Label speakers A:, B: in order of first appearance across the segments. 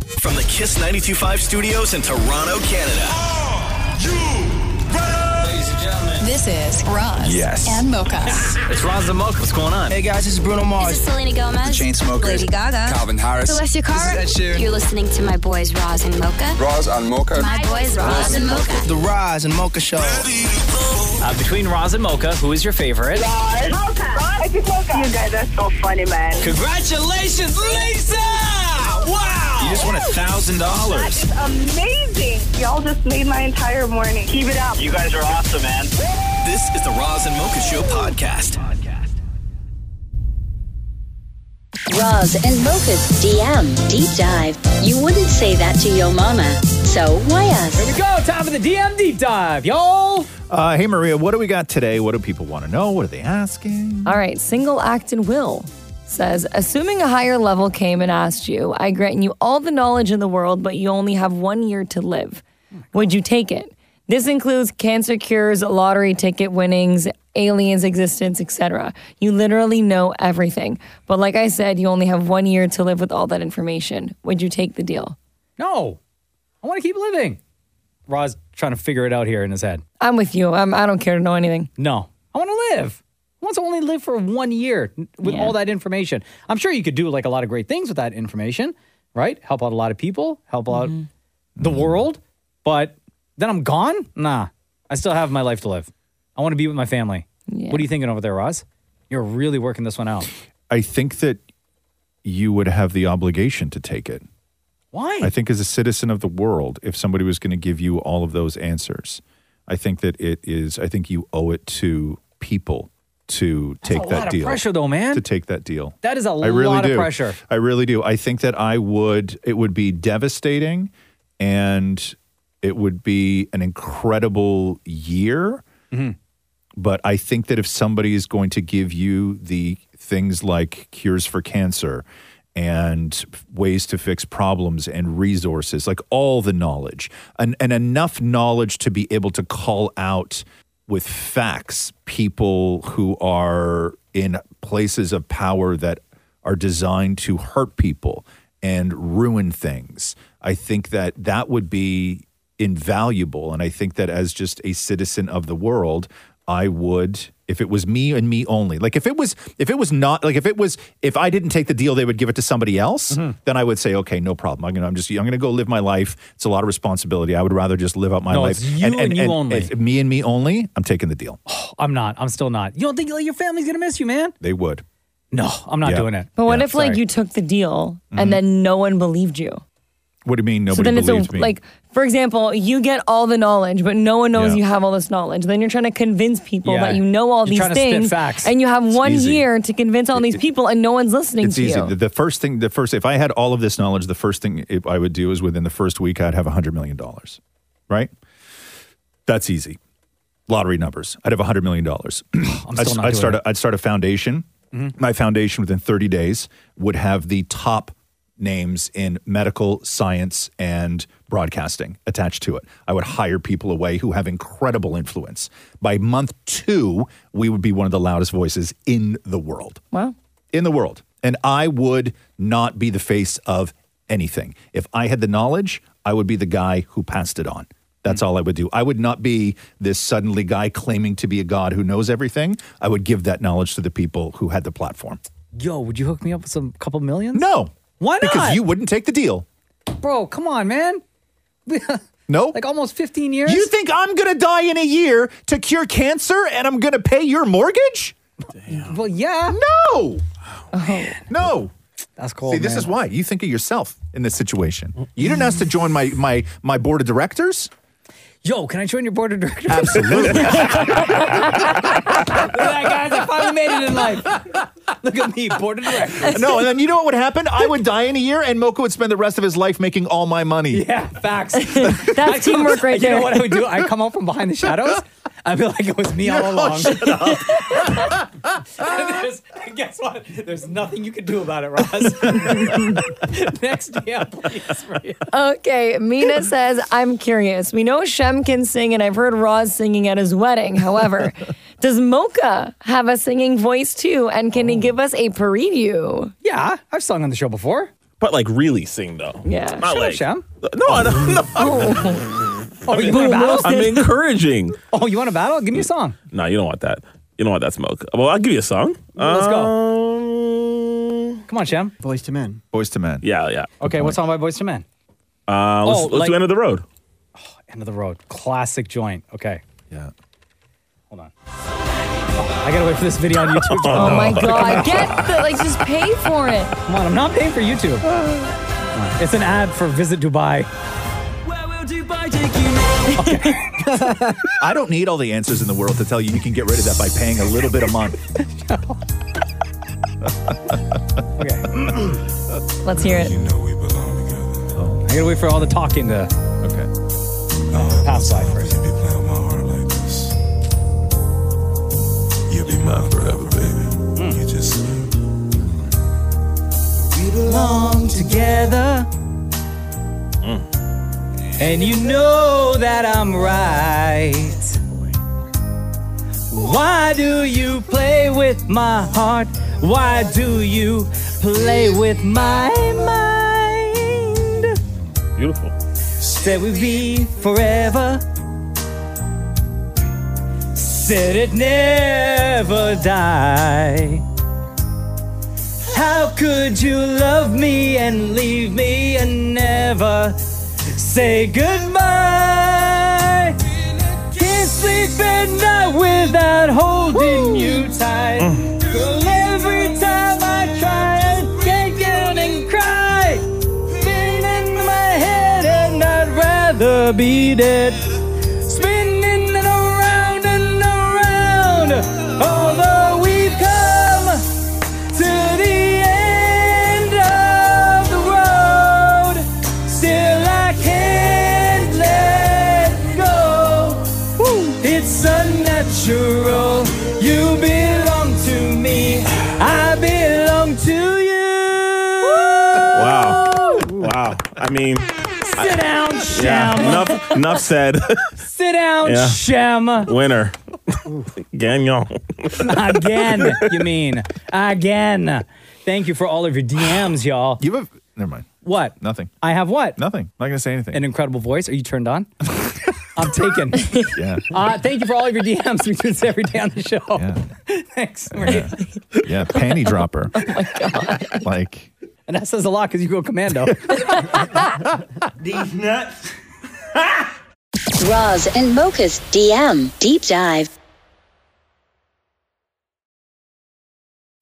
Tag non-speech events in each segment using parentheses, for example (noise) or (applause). A: the Kiss 925 studios in Toronto, Canada.
B: Ladies and gentlemen.
C: This is Roz
D: Yes.
C: and Mocha.
B: It's Roz the Moke. What's going on?
E: Hey guys, this is Bruno
F: This is
E: Mars.
F: Selena Gomez.
D: The Chainsmokers.
F: Lady Gaga.
D: Calvin Harris.
F: Celestia Cara.
E: This is Ed Sheeran.
F: You're listening to my boys Roz and Mocha.
D: Roz and Mocha.
F: My boys Roz and Mocha.
E: The Rise and Mocha Show.
B: Uh, between Roz and Mocha, who is your favorite?
G: You guys are so funny, man.
B: Congratulations, Lisa!
A: You
B: Wow!
A: just won a thousand dollars.
G: Amazing. Y'all just made my entire morning. Keep it up.
H: You guys are awesome, man.
A: This is the Roz and Mocha Show podcast.
I: Roz and Mocha's DM deep dive. You wouldn't say that to your mama, so why us?
B: Here we go. Time for the DM deep dive, y'all.
J: Uh, hey, Maria, what do we got today? What do people want to know? What are they asking?
K: All right, single acted will says, assuming a higher level came and asked you, I grant you all the knowledge in the world, but you only have one year to live. Would you take it? This includes cancer cures, lottery ticket winnings, aliens existence, etc. You literally know everything. But like I said, you only have one year to live with all that information. Would you take the deal?
B: No, I want to keep living. Roz trying to figure it out here in his head.
K: I'm with you. I'm, I don't care to know anything.
B: No, I want to live. I want to only live for one year n- with all that information. I'm sure you could do like a lot of great things with that information, right? Help out a lot of people, help out the world, but then I'm gone? Nah, I still have my life to live. I want to be with my family. What are you thinking over there, Roz? You're really working this one out.
J: I think that you would have the obligation to take it.
B: Why?
J: I think, as a citizen of the world, if somebody was going to give you all of those answers, I think that it is, I think you owe it to people to take
B: a
J: that
B: lot of
J: deal.
B: pressure, though, man.
J: To take that deal.
B: that is a
J: I really
B: lot
J: do.
B: of pressure.
J: I really do. I think that I would. It would be devastating, and it would be an incredible year. But I think that if somebody is going to give you the things like cures for cancer and ways to fix problems and resources, like all the knowledge and, and enough knowledge to be able to call out with facts people who are in places of power that are designed to hurt people and ruin things. I think that that would be invaluable. And I think that as just a citizen of the world, I would, if it was me and me only, like if it was, if it was not, like if it was, if I didn't take the deal, they would give it to somebody else.
B: Mm-hmm.
J: Then I would say, okay, no problem. I'm gonna, I'm just, I'm gonna go live my life. It's a lot of responsibility. I would rather just live out my
B: No,
J: life.
B: it's you and you only.
J: if me and me only. I'm taking the deal.
B: I'm not. I'm still not. You don't think like, your family's going to miss you, man?
J: They would.
B: No, I'm not
J: Yeah.
B: doing it.
K: But what
J: Yeah,
K: if like
B: sorry.
K: you took the deal and then no one believed you?
J: What do you mean? Nobody
K: so then it's
J: believed
K: a,
J: me.
K: like for example you get all the knowledge but no one knows
J: Yeah.
K: you have all this knowledge then you're trying to convince people
B: Yeah.
K: that you know all
B: You're
K: these
B: trying to spit
K: things
B: facts.
K: and you have one
J: easy.
K: year to convince all these people and no one's listening
J: it's
K: to
J: easy.
K: you
J: The, the first thing, the first, if I had all of this knowledge, the first thing it- I would do is within the first week, I'd have $100 million, right? That's easy. Lottery numbers. I'd have $100 million.
B: (clears throat) I'm
J: I'd,
B: still not
J: I'd
B: doing
J: start
B: it. Mm-hmm.
J: a, I'd start a foundation. My foundation within 30 days would have the top names in medical science and broadcasting attached to it. I would hire people away who have incredible influence. By month 2, we would be one of the loudest voices in the world
K: wow
J: in the world. And I would not be the face of anything. If I had the knowledge, I would be the guy who passed it on. That's
B: Mm.
J: all I would do. I would not be this suddenly guy claiming to be a god who knows everything. I would give that knowledge to the people who had the platform.
B: Yo, would you hook me up with some couple millions?
J: No.
B: Why not?
J: Because you wouldn't take the deal.
B: Bro, come on, man.
J: No.
B: like oh, almost 15 years.
J: you think I'm going to die in a year to cure cancer and I'm going to pay your mortgage?
B: well, yeah.
J: No.
B: Oh,
J: No.
B: That's cool.
J: See, this
B: man.
J: is why you think of yourself in this situation. You didn't ask to join my my my board of (laughs) directors.
B: Yo, can I join your board of directors? (laughs)
J: Absolutely.
B: Look at that, guys. I finally made it in life. Look at me, board of directors.
J: no, and then you know what would happen? I would die in a year, and Mocha would spend the rest of his life making all my money.
B: Yeah, facts. (laughs) (laughs)
J: (laughs)
B: I
K: that's
B: come-
K: teamwork right
B: you
K: there
B: know what I would do? I come out from behind (laughs) the shadows. I feel like it was me all along. (laughs) There's- guess what? There's nothing you can do about it, Roz. (laughs) Next DM, please. Maria.
K: Okay,
B: (laughs)
K: Mina says, I'm curious. We know Shem can sing, and I've heard Roz singing at his
B: (laughs)
K: wedding. However, does Mocha have
B: Oh.
K: a singing voice too? And can he give us a preview?
B: Yeah, I've sung on the show before.
C: But like really sing though.
K: Yeah.
C: Not
K: Shut
B: up,
C: like,
B: Sham.
C: No, I don't, no,
B: (laughs) Oh, you want a battle?
C: I'm encouraging.
B: Oh, you want a battle? Give me a song.
C: No, you don't want that. You don't want that smoke. Well, I'll give you a song.
B: Let's go.
C: Um,
B: Come on, Sham.
D: Voice to men.
J: Boys to men.
C: yeah, yeah.
B: Okay, what's on by Boys to Men?
C: Uh, let's
B: Oh,
C: let's
B: like- Oh,
C: do end of the road.
B: End of the Road. Classic joint. Okay,
J: Yeah.
B: hold on. Oh, I gotta wait for this video on YouTube. (laughs)
K: Oh my god! Get the like, just pay for it.
B: Come on, I'm not paying for YouTube. It's an ad for Visit Dubai.
J: I don't need all the answers in the world to tell you you can get rid of that by paying a little bit a month.
B: Okay, I
K: Let's hear it.
B: gotta wait for all the talking to
J: Okay.
B: pass by first. belong together. And you know that I'm right. Why do you play with my heart? Why do you play with my mind?
C: Beautiful.
B: Said we'd be forever. Said it never die. How could you love me and leave me and never say goodbye? Can't sleep at night without holding you tight. Girl, every time I try, I break down and cry. Spinning my head and I'd rather be dead. Spinning it around and around. Although we've come to the end of the road, still I can't let go. It's unnatural. You belong to me. I belong to you.
C: Wow. Wow. I mean,
B: Sit down,
C: yeah.
B: Shem.
C: Enough, enough said. (laughs)
B: Sit down,
C: Yeah. (laughs)
B: Shem.
C: Winner. Gagnon.
B: Again, you mean. Again. Thank you for all of your DMs, y'all.
J: You have never mind.
B: What?
J: Nothing.
B: I have what?
J: Nothing. Not gonna say anything.
B: An incredible voice. Are you turned on? (laughs) I'm taken.
J: (laughs) yeah.
B: Uh, thank you for all of your DMs. We do this every day on the show.
J: Yeah.
B: (laughs) Thanks. Maria.
J: Yeah. Panty dropper. (laughs) oh my god. Like
B: And that says a lot because you go commando.
C: These nuts.
I: Roz and Mocha's DM Deep Dive.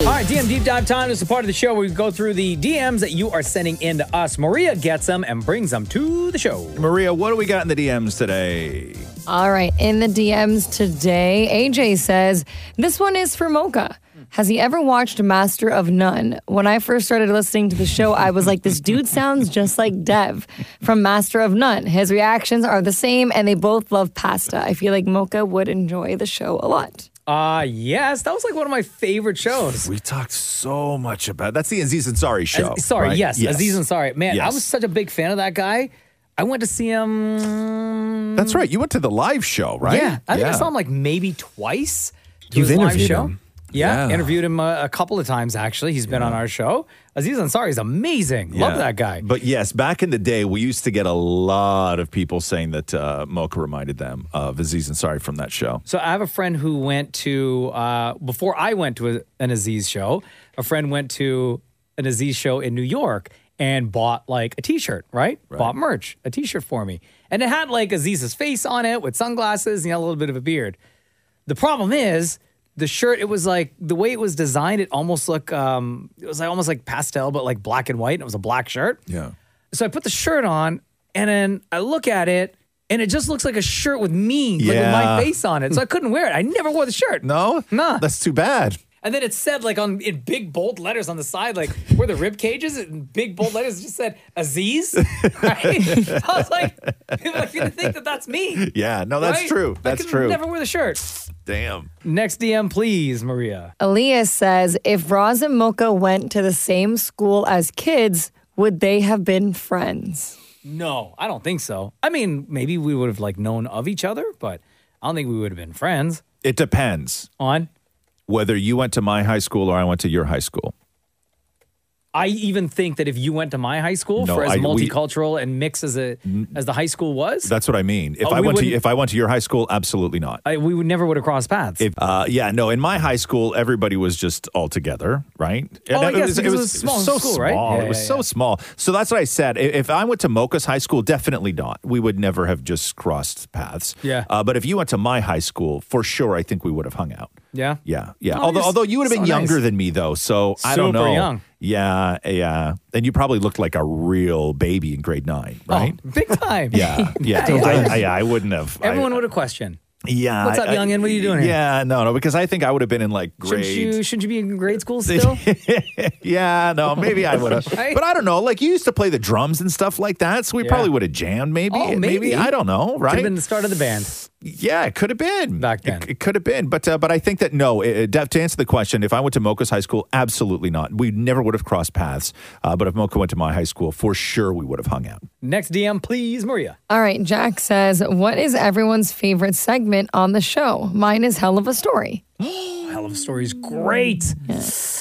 B: All right, DM Deep Dive time is the part of the show where we go through the DMs that you are sending in to us. Maria gets them and brings them to the show.
J: Maria, what do we got in the DMs today?
K: All right, in the DMs today, AJ says, This one is for Mocha. Has he ever watched Master of None? When I first started listening to the show, I was like, This dude sounds just like Dev from Master of None. His reactions are the same, and they both love pasta. I feel like Mocha would enjoy the show a lot.
B: Uh yes, that was like one of my favorite shows.
J: We talked so much about that's the Aziz Ansari show.
B: Sorry,
J: right?
B: yes, Aziz Ansari. Man, I
J: Yes.
B: was such a big fan of that guy. I went to see him.
J: That's right. You went to the live show, right?
B: Yeah, I think I saw him like maybe twice. to
D: You've
B: his live
D: interviewed
B: show.
D: him.
B: Yeah,
J: Yeah.
B: interviewed him uh, a, a couple of times actually. He's been on our show. Aziz Ansari is amazing. Love
J: Yeah.
B: that guy.
J: But yes, back in the day, we used to get a lot of people saying that uh, Mocha reminded them of Aziz Ansari from that show.
B: So I have a friend who went to uh, before I went to a, an Aziz show. A friend went to an Aziz show in New York and bought like a T-shirt, right? Bought merch, a T-shirt for me, and it had like Aziz's face on it with sunglasses and he had a little bit of a beard. The problem is the shirt. It was like the way it was designed. It almost looked um, it was like almost like pastel, but like black and white. And it was a black shirt.
J: Yeah.
B: So I put the shirt on and then I look at it and it just looks like a shirt with me, like with
J: Yeah.
B: my face on it. So I couldn't wear it. I never wore the shirt.
J: No?
B: Nah.
J: That's too bad.
B: And then it said like on in big bold letters on the side, like where the rib cages in big bold letters it just said
J: (laughs)
B: Aziz. Right? I was like, people are gonna think that that's me.
J: Yeah. No, that's
B: right?
J: true.
B: I
J: That's
B: could
J: true.
B: Never wear the shirt.
J: Damn.
B: Next DM, please, Maria.
K: Elias says, If Roz and Mocha went to the same school as kids, would they have been friends?
B: No, I don't think so. I mean, maybe we would have like known of each other, but I don't think we would have been friends.
J: It depends
B: On
J: whether you went to my high school or I went to your high school.
B: I even think that if you went to my high school
J: No,
B: for as
J: I- we-
B: multicultural and mixed as a as the high school was,
J: That's what I mean. If
B: Oh,
J: I
B: we
J: went to
B: wouldn't-
J: if I went to your high school, absolutely not.
B: I, we would never would have crossed paths.
J: If, uh, yeah, no. In my high school, everybody was just all together, right?
B: Oh, I
J: And
B: guess because it was a small
J: so
B: school, right?
J: small.
B: Yeah,
J: it was
B: yeah,
J: so
B: yeah.
J: small. So that's what I said. I- If I went to Mocha's high school, definitely not. We would never have just crossed paths.
B: Yeah.
J: Uh, but if you went to my high school, for sure, I think we would have hung out.
B: yeah.
J: Yeah, yeah.
B: Oh,
J: although,
B: you're s-
J: although you would have been
B: so nice.
J: younger than me, though, so I don't
B: Super
J: know.
B: young.
J: Yeah, yeah. And you probably looked like a real baby in grade nine, right?
B: Oh, big time. (laughs)
J: Yeah, yeah. I, I, I wouldn't have. I-
B: Everyone would have questioned.
J: yeah.
B: What's up,
J: I-
B: youngin'? What are you doing here?
J: Yeah, no, no, because I think I would have been in like grade.
B: Shouldn't you shouldn't you be in grade
J: (laughs)
B: school still?
J: Yeah, no, maybe I would have.
B: (laughs) Right?
J: But I don't know. Like you used to play the drums and stuff like that, so we
B: Yeah.
J: probably would have jammed. Maybe,
B: Oh, maybe.
J: I don't know.
B: Could
J: Right?
B: have been the start of the band.
J: yeah, it could have been
B: Back then.
J: It, it could have been, but uh, but I think that no. It, it- to answer the question, if I went to Mocha's high school, absolutely not. We never would have crossed paths. Uh, but if Mocha went to my high school, for sure we would have hung out.
B: Next DM, please, Maria.
K: All right, Jack says, What is everyone's favorite segment on the show? Mine is Hell of a Story.
B: Hell of a Story is great.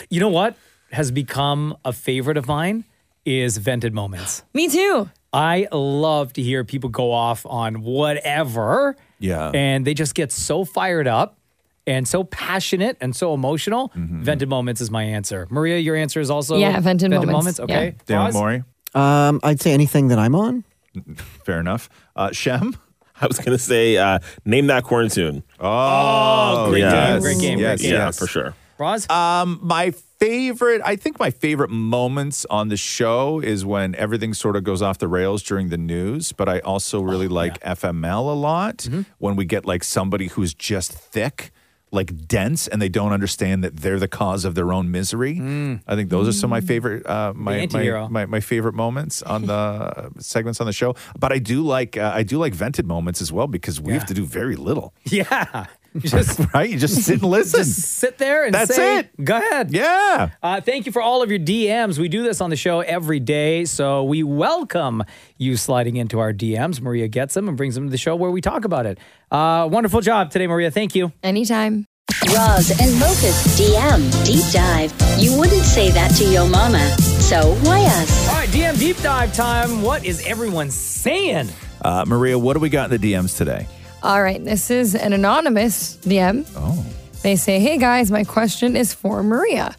B: You know what has become a favorite of mine is vented moments.
K: Me too.
B: I love to hear people go off on whatever.
J: Yeah.
B: And they just get so fired up and so passionate and so emotional.
J: Mm-hmm.
B: Vented moments is my answer. Maria, your answer is also
K: Yeah, vented moments.
B: Okay.
J: Dan
B: Oz?
J: Mori,
D: Um, I'd say anything that I'm on.
J: (laughs) fair enough. Uh, Shem,
C: I was gonna say, uh, name that quarantine.
J: oh,
B: great
J: yes.
B: game, great game, great
J: yes, Ah.
B: game.
C: Yeah,
J: yes.
C: for sure.
B: Roz?
J: my favorite i think my favorite moments on the show is when everything sort of goes off the rails during the news but i also really like fml a lot when we get like somebody who's just thick like dense and they don't understand that they're the cause of their own misery i think those are some of my favorite uh, my, my,
B: anti-hero.
J: my my favorite moments on (laughs) the segments on the show but i do like uh, i do like vented moments as well because we have to do very little
B: (laughs)
J: (laughs)
B: yeah. (laughs) You Just
J: right you just sit (laughs) and listen
B: sit there and
J: That's
B: say,
J: it.
B: Go ahead.
J: yeah
B: Uh, thank you for all of your DMs. We do this on the show every day, so we welcome you sliding into our DMs. Maria gets them and brings them to the show where we talk about it. Uh, wonderful job today, Maria. Thank you.
K: Anytime.
I: Roz and Mocha's DM Deep Dive. You wouldn't say that to your mama. So why us?
B: All right, DM deep dive time. What is everyone saying?
J: uh, maria what do we got in the dms today
K: All right, this is an anonymous DM.
J: Oh.
K: They say, Hey guys, my question is for Maria.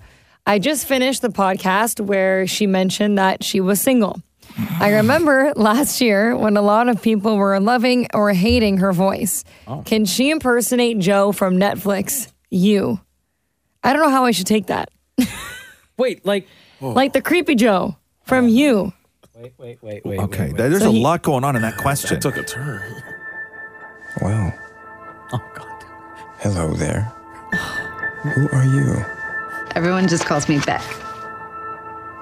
K: I just finished the podcast where she mentioned that she was single. I remember last year when a lot of people were loving or hating her voice. Can she impersonate Joe from Netflix? You. I don't know how I should take that.
B: Wait, like,
E: Oh.
K: Like the creepy Joe from you.
B: wait, wait, wait, wait.
J: Okay, there's a lot going on in that question.
C: Took a turn.
E: Well,
B: Oh God.
E: hello there. Who are you?
H: Everyone just calls me Beck.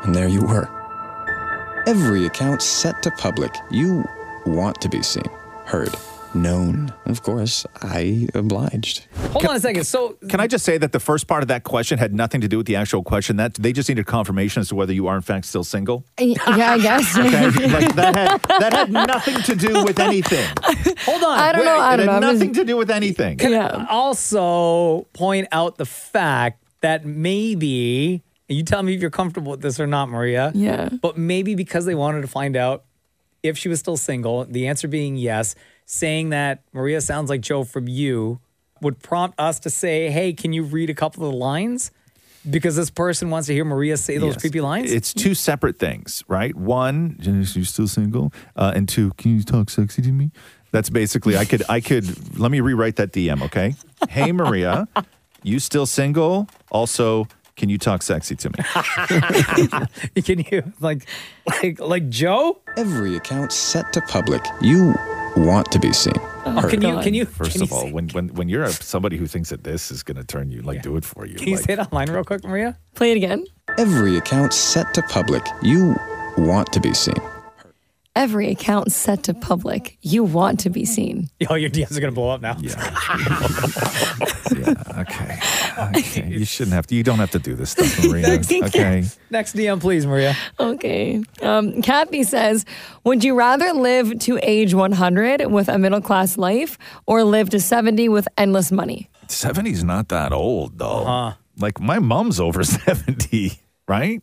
E: And there you were. Every account set to public, you want to be seen, heard, known. Of course, I obliged.
B: Hold on a second. So,
J: Can I just say that the first part of that question had nothing to do with the actual question? That they just needed confirmation as to whether you are in fact still
K: (laughs)
J: single.
K: Y- Yeah, I guess.
J: Okay, like that had that had nothing to do with anything.
B: hold on.
K: (laughs) I don't know. I
J: it
K: don't know.
J: had
K: I'm just-
J: nothing to do with anything.
K: yeah.
B: also point out the fact that maybe and you tell me if you're comfortable with this or not, Maria.
K: Yeah.
B: But maybe because they wanted to find out if she was still single, the answer being yes, saying that Maria sounds like Joe from you would prompt us to say, "Hey, can you read a couple of the lines?" Because this person wants to hear Maria say those
J: Yes.
B: creepy lines.
J: It's two separate things, right? One, Janice, you're still single, uh, and two, can you talk sexy to me? That's basically. I could. I could. Let me rewrite that DM. Okay. Hey Maria, you still single? Also, can you talk sexy to me?
B: (laughs) can you like, like, like Joe?
E: (laughs) Every account set to public, you want to be seen,
K: Oh,
E: heard.
B: Can you? Can you?
J: First
B: can
J: of
B: you
J: all,
B: say-
J: when, when when you're a, somebody who thinks that this is going to turn you, like, do it for you.
B: can you
J: like,
B: say that line real quick, Maria?
K: Play it again.
E: Every account set to public, you want to be seen.
K: Every account set to public, you want to be seen.
B: Yo, Oh, your DMs are gonna blow up now.
J: yeah, okay.
B: (laughs)
J: okay. You shouldn't have to. You don't have to do this stuff, Maria. okay.
B: (laughs) Next DM, please, Maria.
K: Okay. Um, Kathy says, Would you rather live to age 100 with a middle class life or live to 70 with endless money?
B: Uh-huh.
J: (laughs) 70's not that old, though. Like, my mom's over 70. right?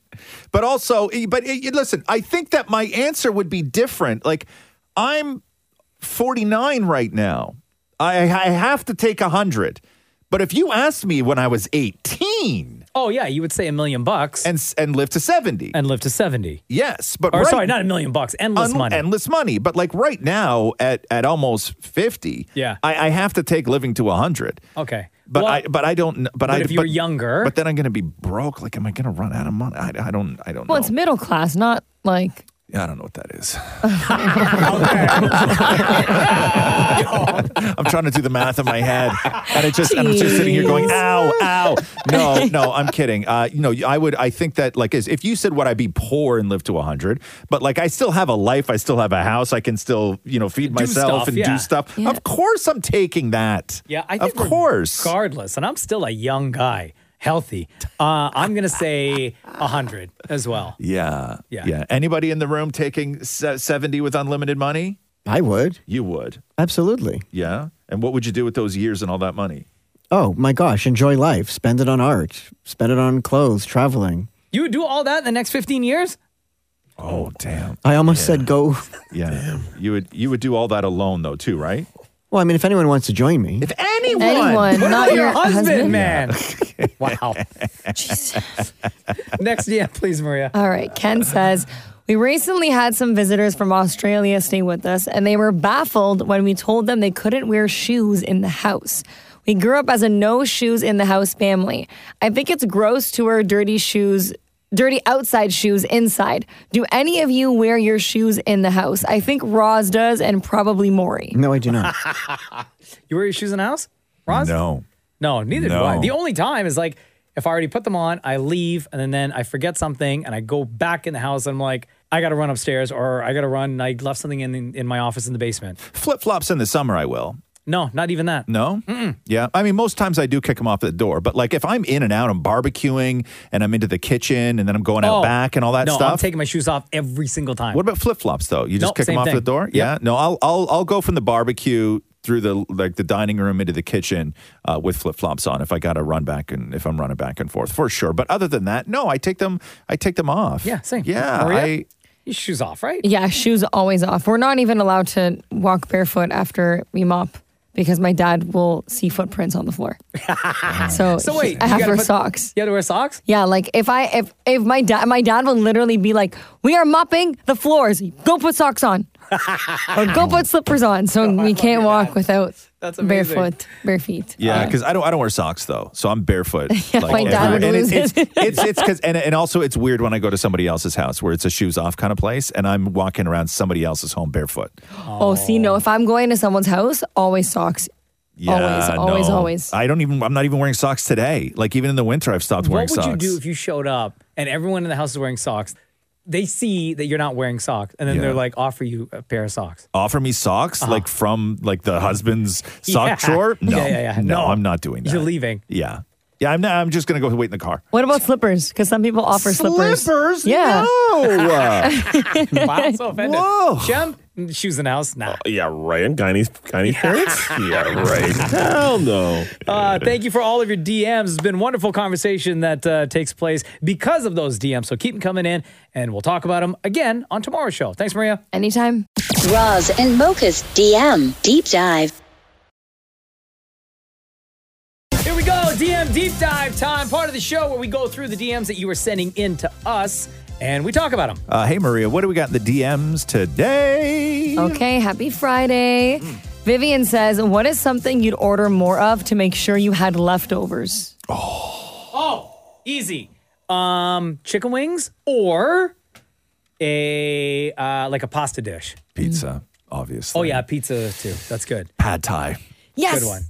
J: But also, but eh, listen, I think that my answer would be different. Like, I'm 49 right now. I, I have to take 100. But if you asked me when I was 18.
B: Oh, yeah, you would say a million bucks.
J: And, s- and live to 70.
B: And live to 70.
J: Yes, but
B: Or
J: right-
B: sorry, not a million bucks, endless
J: Un-
B: money.
J: Endless money. But like right now at, at almost 50,
B: Yeah.
J: I, I have to take living to 100.
B: Okay.
J: But
B: Well,
J: I but I don't kn-
B: but
J: but, I
B: if you were
J: but-
B: younger-
J: But then I'm going to be broke. Like am I going to run out of money? I, I don't I don't
K: Well, it's middle class, not like
J: I don't know what that is. I'm trying to do the math in my head, and it just and I'm just sitting here going, "Ow, ow!" No, no, I'm kidding. Uh, you know, I would. I think that like is if you said, "Would I be poor and live to 100?" But like, I still have a life. I still have a house. I can still you know feed
B: Do
J: myself
B: stuff,
J: and
B: yeah.
J: do stuff. Of course, I'm taking that.
B: Yeah, I think
J: of course.
B: regardless, and I'm still a young guy, healthy. Uh, I'm gonna say hundred as well.
J: Yeah.
B: Yeah.
J: Anybody in the room taking se- 70 with unlimited money?
D: I would.
J: You would.
D: Absolutely.
J: Yeah. And what would you do with those years and all that money?
D: Oh my gosh, enjoy life. Spend it on art. Spend it on clothes, traveling.
B: You would do all that in the next 15 years?
J: Oh, damn.
D: I almost said go.
J: Yeah. You would you would do all that alone though, too, right?
D: Well, I mean, if anyone wants to join me,
J: If anyone,
K: Anyone,
B: What
K: not
B: about
K: your husband,
B: man. wow. Next, yeah, please, Maria.
K: All right. Ken says, We recently had some visitors from Australia stay with us, and they were baffled when we told them they couldn't wear shoes in the house. We grew up as a no shoes in the house family. I think it's gross to wear dirty shoes. Dirty outside shoes inside. Do any of you wear your shoes in the house? I think Roz does and probably Maury.
D: no, I do not.
B: You wear your shoes in the house, Roz?
J: No.
B: No, neither do I.
J: No.
B: The only time is like if I already put them on, I leave, and then, then I forget something, and I go back in the house, and I'm like, I gotta run upstairs, or I gotta run. And I left something in, in in my office in the basement.
J: Flip flops in the summer, I will.
B: No, not even that.
J: No? Yeah. I mean, most times I do kick them off the door, but like if I'm in and out, I'm barbecuing and I'm into the kitchen and then I'm going
B: Oh,
J: out back and all that
B: no, I'm
J: stuff.
B: taking my shoes off every single time.
J: What about flip flops though? You just
B: Nope,
J: kick them
B: same
J: off the
B: thing.
J: door?
B: Yep.
J: Yeah. No, I'll I'll I'll go from the barbecue through the like the dining room into the kitchen uh, with flip flops on if I got to run back and if I'm running back and forth for sure. But other than that, no, I take them I take them off.
B: Yeah, same.
J: Yeah.
B: Maria?
J: I,
B: Your shoes off, right?
K: Yeah, shoes always off. We're not even allowed to walk barefoot after we mop because my dad will see footprints on the floor. so,
B: So wait,
K: I
B: you
K: have to
B: gotta
K: wear
B: put-
K: socks.
B: You had to wear socks?
K: Yeah, like if I if if my dad my dad will literally be like, "We are mopping the floors. Go put socks on, or go put slippers on." So we can't walk without
B: That's amazing.
K: barefoot, bare feet.
B: Uh,
K: Uh,
J: yeah, because I don't I don't wear socks though, so I'm
B: (laughs)
J: barefoot.
K: my dad
J: everywhere.
K: would
J: and it's
K: lose
J: it's
K: it.
J: it's it's because and, and also it's weird when I go to somebody else's house where it's a shoes off kind of place and I'm walking around somebody else's home barefoot.
K: Oh, see, no, if I'm going to someone's house, always socks. Always, always, always.
J: I don't even. I'm not even wearing socks today. Like even in the winter, I've stopped wearing
B: What would
J: socks.
B: you do if you showed up and everyone in the house is wearing socks? They see that you're not wearing socks, and then they're
J: Yeah.
B: like, offer you a pair of socks.
J: Offer me socks, like from like the husband's sock
B: Uh-huh. Yeah.
J: drawer?
B: (laughs)
J: No,
B: Yeah, yeah, yeah.
J: no,
B: No.
J: I'm not doing that.
B: You're leaving. (laughs)
J: Yeah, yeah. I'm not, I'm just gonna go wait in the car.
K: What about slippers? Because some people offer slippers. Yeah.
B: (laughs)
J: No.
B: Wow, so offended.
J: Whoa. Oh,
B: Shem, shoes in the house? Nah.
C: Yeah, right. And Guyanese, Guyanese parents? Yeah,
B: (laughs)
C: right. Hell no.
B: Uh, thank you for all of your DMs. It's been wonderful conversation that uh, takes place because of those DMs. So keep them coming in, and we'll talk about them again on tomorrow's show. Thanks, Maria.
K: Anytime.
I: Roz and Mocha's DM Deep Dive.
B: Here we go, DM deep dive time, part of the show where we go through the DMs that you were sending in to us and we talk about them.
J: uh, hey Maria, what do we got in the DMs today?
K: Okay. Happy Friday. Vivian says, "What is something you'd order more of to make sure you had leftovers?"
B: Oh, easy. Um, chicken wings or a uh, like a pasta dish.
J: Pizza, obviously.
B: Oh yeah, pizza too. That's good.
J: pad Thai.
K: Yes.
B: Good one.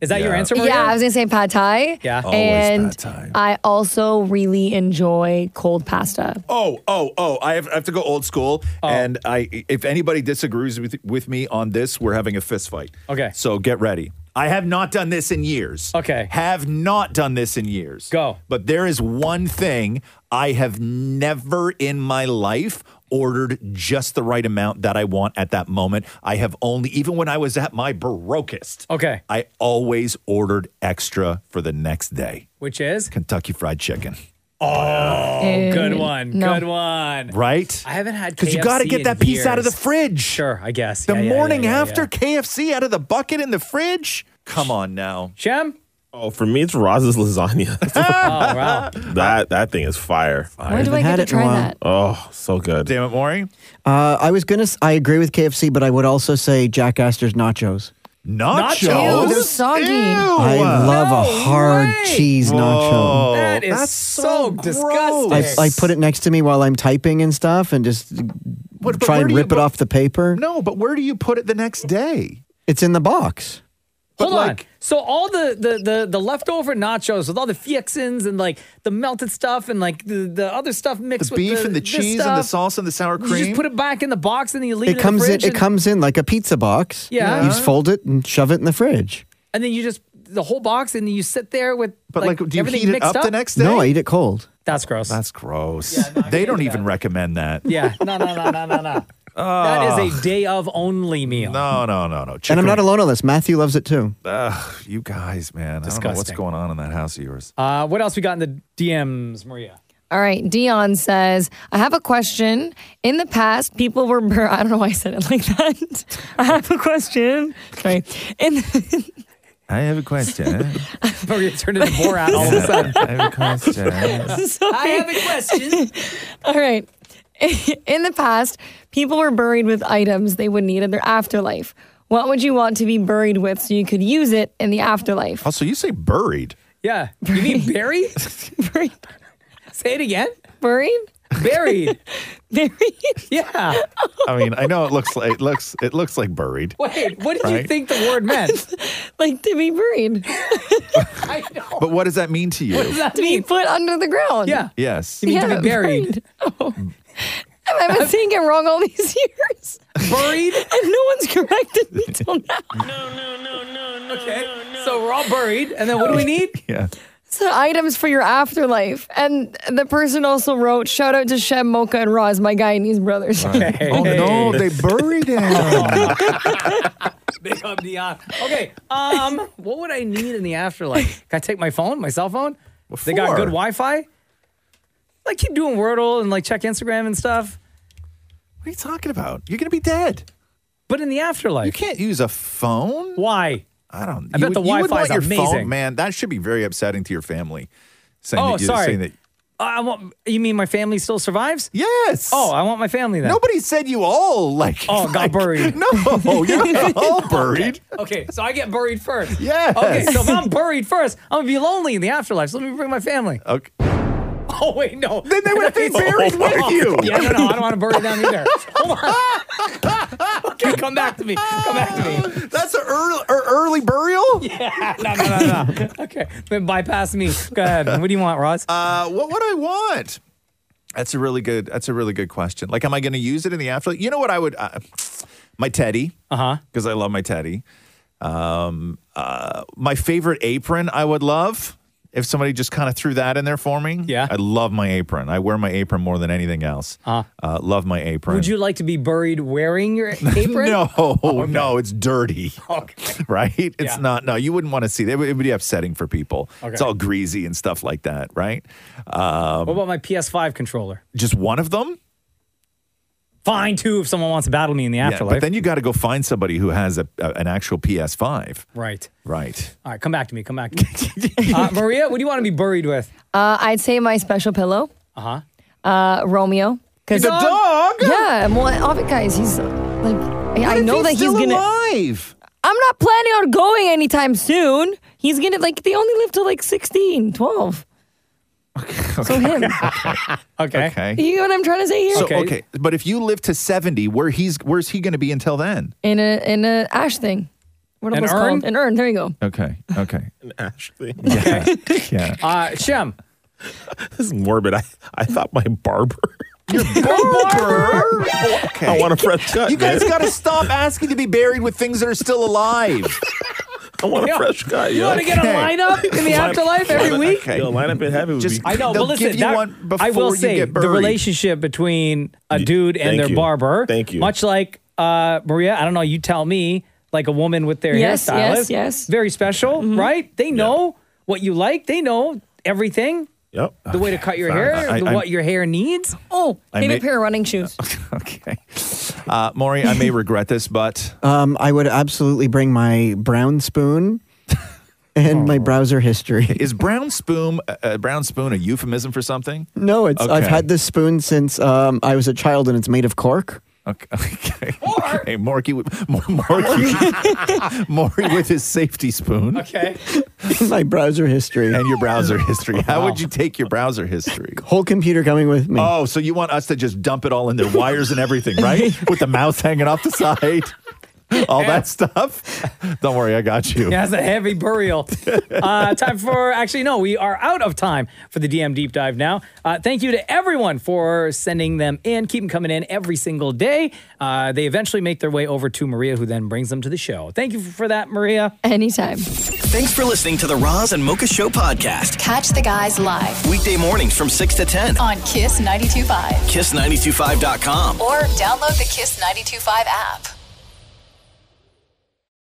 B: Is that your
J: Yeah.
B: answer? Maria?
K: Yeah, I was gonna say pad thai.
B: Yeah. Always
K: and
J: pad thai.
K: I also really enjoy cold pasta.
J: Oh, oh, oh! I have, I have to go old school,
B: Oh.
J: and I if anybody disagrees with with me on this, we're having a fist fight.
B: Okay.
J: So get ready. I have not done this in years.
B: Okay.
J: Have not done this in years.
B: Go.
J: But there is one thing I have never in my life ordered just the right amount that I want at that moment. I have only even when I was at my brokest.
B: Okay.
J: I always ordered extra for the next day.
B: Which is
J: Kentucky fried chicken.
B: Oh,
K: Eh,
B: good one.
K: no.
B: Good one.
J: Right?
B: I haven't had
J: Because you got to
B: KFC
J: get
B: in
J: that piece out of the
B: years.
J: fridge.
B: Sure, I guess.
J: The
B: Yeah, yeah, yeah,
J: morning
B: yeah, yeah.
J: after KFC out of the bucket in the fridge. Come on now. (laughs)
B: Shem?
C: Oh, for me, it's Roz's lasagna. (laughs)
B: oh, wow.
C: that that thing is fire.
K: When do I get to try that?
C: Oh, so good.
J: Damn it, Maury.
D: Uh, I was gonna. s- I agree with KFC, but I would also say Jack Astor's nachos.
J: Nachos. Oh.
K: Ew, they're soggy.
D: I love
B: No
D: a hard
B: way.
D: cheese nacho.
B: that is
J: that's
B: so,
J: so
B: disgusting.
D: I, I put it next to me while I'm typing and stuff, and just
J: What- but
D: try
J: where
D: and
J: do you
D: rip it
J: put-
D: off the paper.
J: No, but where do you put it the next day?
D: It's in the box.
B: Hold
J: But,
B: on.
J: like-
B: So all the, the the the leftover nachos with all the fixins and like the melted stuff and like the, the other stuff
J: The
B: mixed with
J: beef and the
B: this
J: cheese and the
B: stuff,
J: sauce and the sour
B: You
J: cream.
B: just put it back in the box and then you leave it,
D: it comes
B: in the
D: in.
B: fridge
D: It
B: and,
D: comes in like a pizza box.
B: Yeah.
D: you just fold it and shove it in the fridge.
B: and then you just the whole box and you sit there with
J: but like, do you
B: everything
J: heat it
B: mixed
J: up, the next day?
D: No, I eat it cold.
B: That's gross.
J: That's gross. they don't even recommend that.
B: (laughs) yeah. No, no, no, no, no, no. that is a day of only meal.
J: No, no, no, no. Chicken,
D: And I'm not alone on this. Matthew loves it too.
J: Ugh, you guys, man. I don't know what's
B: Disgusting.
J: going on in that house of yours.
B: Uh, what else we got in the DMs, Maria? (laughs)
K: All right, Dion says, I have a question. In the past, people were, bur- (laughs) I don't know why I said it like that. (laughs) I have a question. Sorry. In (laughs) the-
J: I have
B: (laughs)
J: a question.
B: Maria turned into Borat
J: (laughs)
B: all of a sudden.
J: I have a question.
K: Sorry.
B: I have a question.
K: All right. In the past, people were buried with items they would need in their afterlife. What would you want to be buried with so you could use it in the afterlife?
J: Also, you say buried.
B: (laughs) Yeah. You mean Barry? (laughs)
K: (laughs) buried?
B: Say it again.
K: Buried?
B: Buried.
K: Buried?
B: (laughs)
K: (laughs)
B: Yeah.
J: I mean, I know it looks like it looks it looks like buried.
B: Wait, what did you
J: Right.
B: think the word meant?
K: like to be buried, to
B: (laughs) I know.
J: But what does that mean to
B: What does
J: you?
B: that
K: be
B: mean?
K: put under the ground. Oh.
B: Yeah.
J: Yes.
B: You mean
K: (laughs)
B: to be buried?
K: I've
B: (laughs)
K: been saying it wrong all these (laughs) years,
B: Buried?
K: and no one's corrected me till now.
B: Okay. So we're all buried. And then what do we need?
J: Yeah.
K: So items for your afterlife, and the person also wrote, "Shout out to Shem Mocha and Roz, my guy and his brothers."
J: Oh no, they
B: (laughs)
J: buried him.
B: Big up neon. Okay. Um, what would I need in the afterlife? Can I take my phone, my cell phone? They got
J: Before.
B: good Wi-Fi. Like keep doing Wordle and like check Instagram and stuff.
J: What are you talking about? You're gonna be dead.
B: But in the afterlife,
J: You can't use a phone.
B: why?
J: I don't.
B: I
J: you
B: bet the
J: would- you would
B: Wi-Fi is
J: want your
B: amazing.
J: Phone, man, that should be very upsetting to your family. Saying
B: Oh,
J: that you-
B: sorry.
J: Saying that,
B: I I want, you mean my family still survives?
J: yes.
B: Oh, I want my family then.
J: nobody said you all like.
B: Oh, got
J: like-
B: buried.
J: (laughs) No,
B: (laughs)
J: you're not all buried.
B: Okay, so I get buried first.
J: (laughs) Yes.
B: Okay, so if I'm buried first, I'm gonna be lonely in the afterlife. So let me bring my
J: (laughs)
B: family.
J: Okay.
B: Oh wait, no.
J: Then they would have been buried with you.
B: Yeah, no, no, I don't want to bury them
J: (laughs)
B: either. Hold on. okay, come back to me. Come back to
J: (laughs)
B: me.
J: That's an early, er- early burial.
B: Yeah, no, no, no, no. Okay, then bypass me. Go ahead. What do you want, Roz?
J: Uh, what would I want? That's a really good. That's a really good question. Like, am I going to use it in the afterlife? You know what I would? Uh, my teddy. Uh
B: Uh-huh.
J: huh. Because I love my teddy. Um, uh, my favorite apron. I would love if somebody just kind of threw that in there for me.
B: Yeah.
J: I love my apron. I wear my apron more than anything else. Uh-huh. Uh, love my apron.
B: Would you like to be buried wearing your apron?
J: (laughs) No,
B: (laughs)
J: no, it's dirty. (laughs) Right? It's
B: Yeah.
J: not. No, you wouldn't want to see that. It would it would be upsetting for people. It's all greasy and stuff like that, right? Um,
B: What about my PS5 controller?
J: just one of them.
B: Fine too if someone wants to battle me in the
J: Yeah,
B: afterlife.
J: but then you got to go find somebody who has a, a an actual PS5.
B: right.
J: Right.
B: All right, come back to me. Come back. To me. (laughs) uh, Maria, what do you want to be buried with?
K: (laughs) Uh, I'd say my special pillow,
B: Uh-huh.
K: uh, Romeo, because
J: The dog.
K: yeah, well, obvi- guys, he's uh, like, I- I
J: If
K: know that he's
J: still
K: gonna.
J: alive.
K: I'm not planning on going anytime soon. He's gonna like they only live till like 16, 12. So him.
B: Okay.
J: Okay.
K: You know what I'm trying to say here?
J: So,
B: Okay.
J: okay. but if you live to seventy, where he's where's he going to be until then?
K: In a in a ash thing. What
B: An
K: it was
B: urn?
K: called? An urn. There you go.
J: Okay, okay,
C: Ashley.
J: (laughs) yeah.
B: Uh, Shem.
C: This is morbid. I, I thought my barber.
J: Barber. Okay.
C: I want a fresh cut.
J: You guys
C: man.
J: got to stop asking to be buried with things that are still alive.
C: I want a
B: Yo,
C: fresh cut.
B: You
C: yo.
B: want to get a
J: Okay.
B: lineup in
J: (laughs)
B: the afterlife every week?
J: Okay.
C: Yo, line up in heaven. would
J: Just-
C: be-
B: I know,
J: They'll
B: but listen,
J: give you
B: that,
J: one
B: I
J: before
B: will
J: you
B: say
J: get
B: the
J: buried.
B: relationship between a dude and
C: thank
B: their
C: you.
B: barber.
C: Thank you.
B: Much like uh, Maria, I don't know. You tell me, like a woman with their
K: Yes,
B: hairstylist,
K: yes, Mm-hmm. yes.
B: very special, right? They know what you like. They know everything.
J: Yep.
B: The way to cut your
J: fine.
B: hair,
J: I-
B: the,
J: I-
B: what your hair needs.
K: Oh,
J: I
K: maybe a
J: may-
K: pair of running shoes.
J: Uh, Maury, I
D: (laughs)
J: may regret this, but
D: Um, I would absolutely bring my brown spoon and my browser history.
J: Oh.
D: (laughs)
J: is brown spoon uh, uh, brown spoon a euphemism for something?
D: No, it's I've
J: Okay.
D: had this spoon since um, I was a child, and it's made of cork.
J: Okay, (laughs) okay. okay. Morky, with- Mor- Morky, (laughs) Maury with his safety spoon.
B: Okay.
D: my browser history
J: and your browser history. How would you take your browser history?
D: Whole computer coming with me.
J: Oh, so you want us to just dump it all in there, wires and everything, right? With the mouse hanging off the side, all that stuff. Don't worry, I got you.
B: Yeah, that's a heavy burial. Uh, time for actually no, we are out of time for the DM deep dive now. Uh, thank you to everyone for sending them in. Keep them coming in every single day. Uh, they eventually make their way over to Maria, who then brings them to the show. Thank you for that, Maria.
K: Anytime.
A: Thanks for listening to the Roz and Mocha Show podcast.
L: Catch the guys live
A: Weekday mornings from 6 to 10.
L: on Kiss 92.5
A: Kiss925.com.
L: or download the Kiss 92.5 app.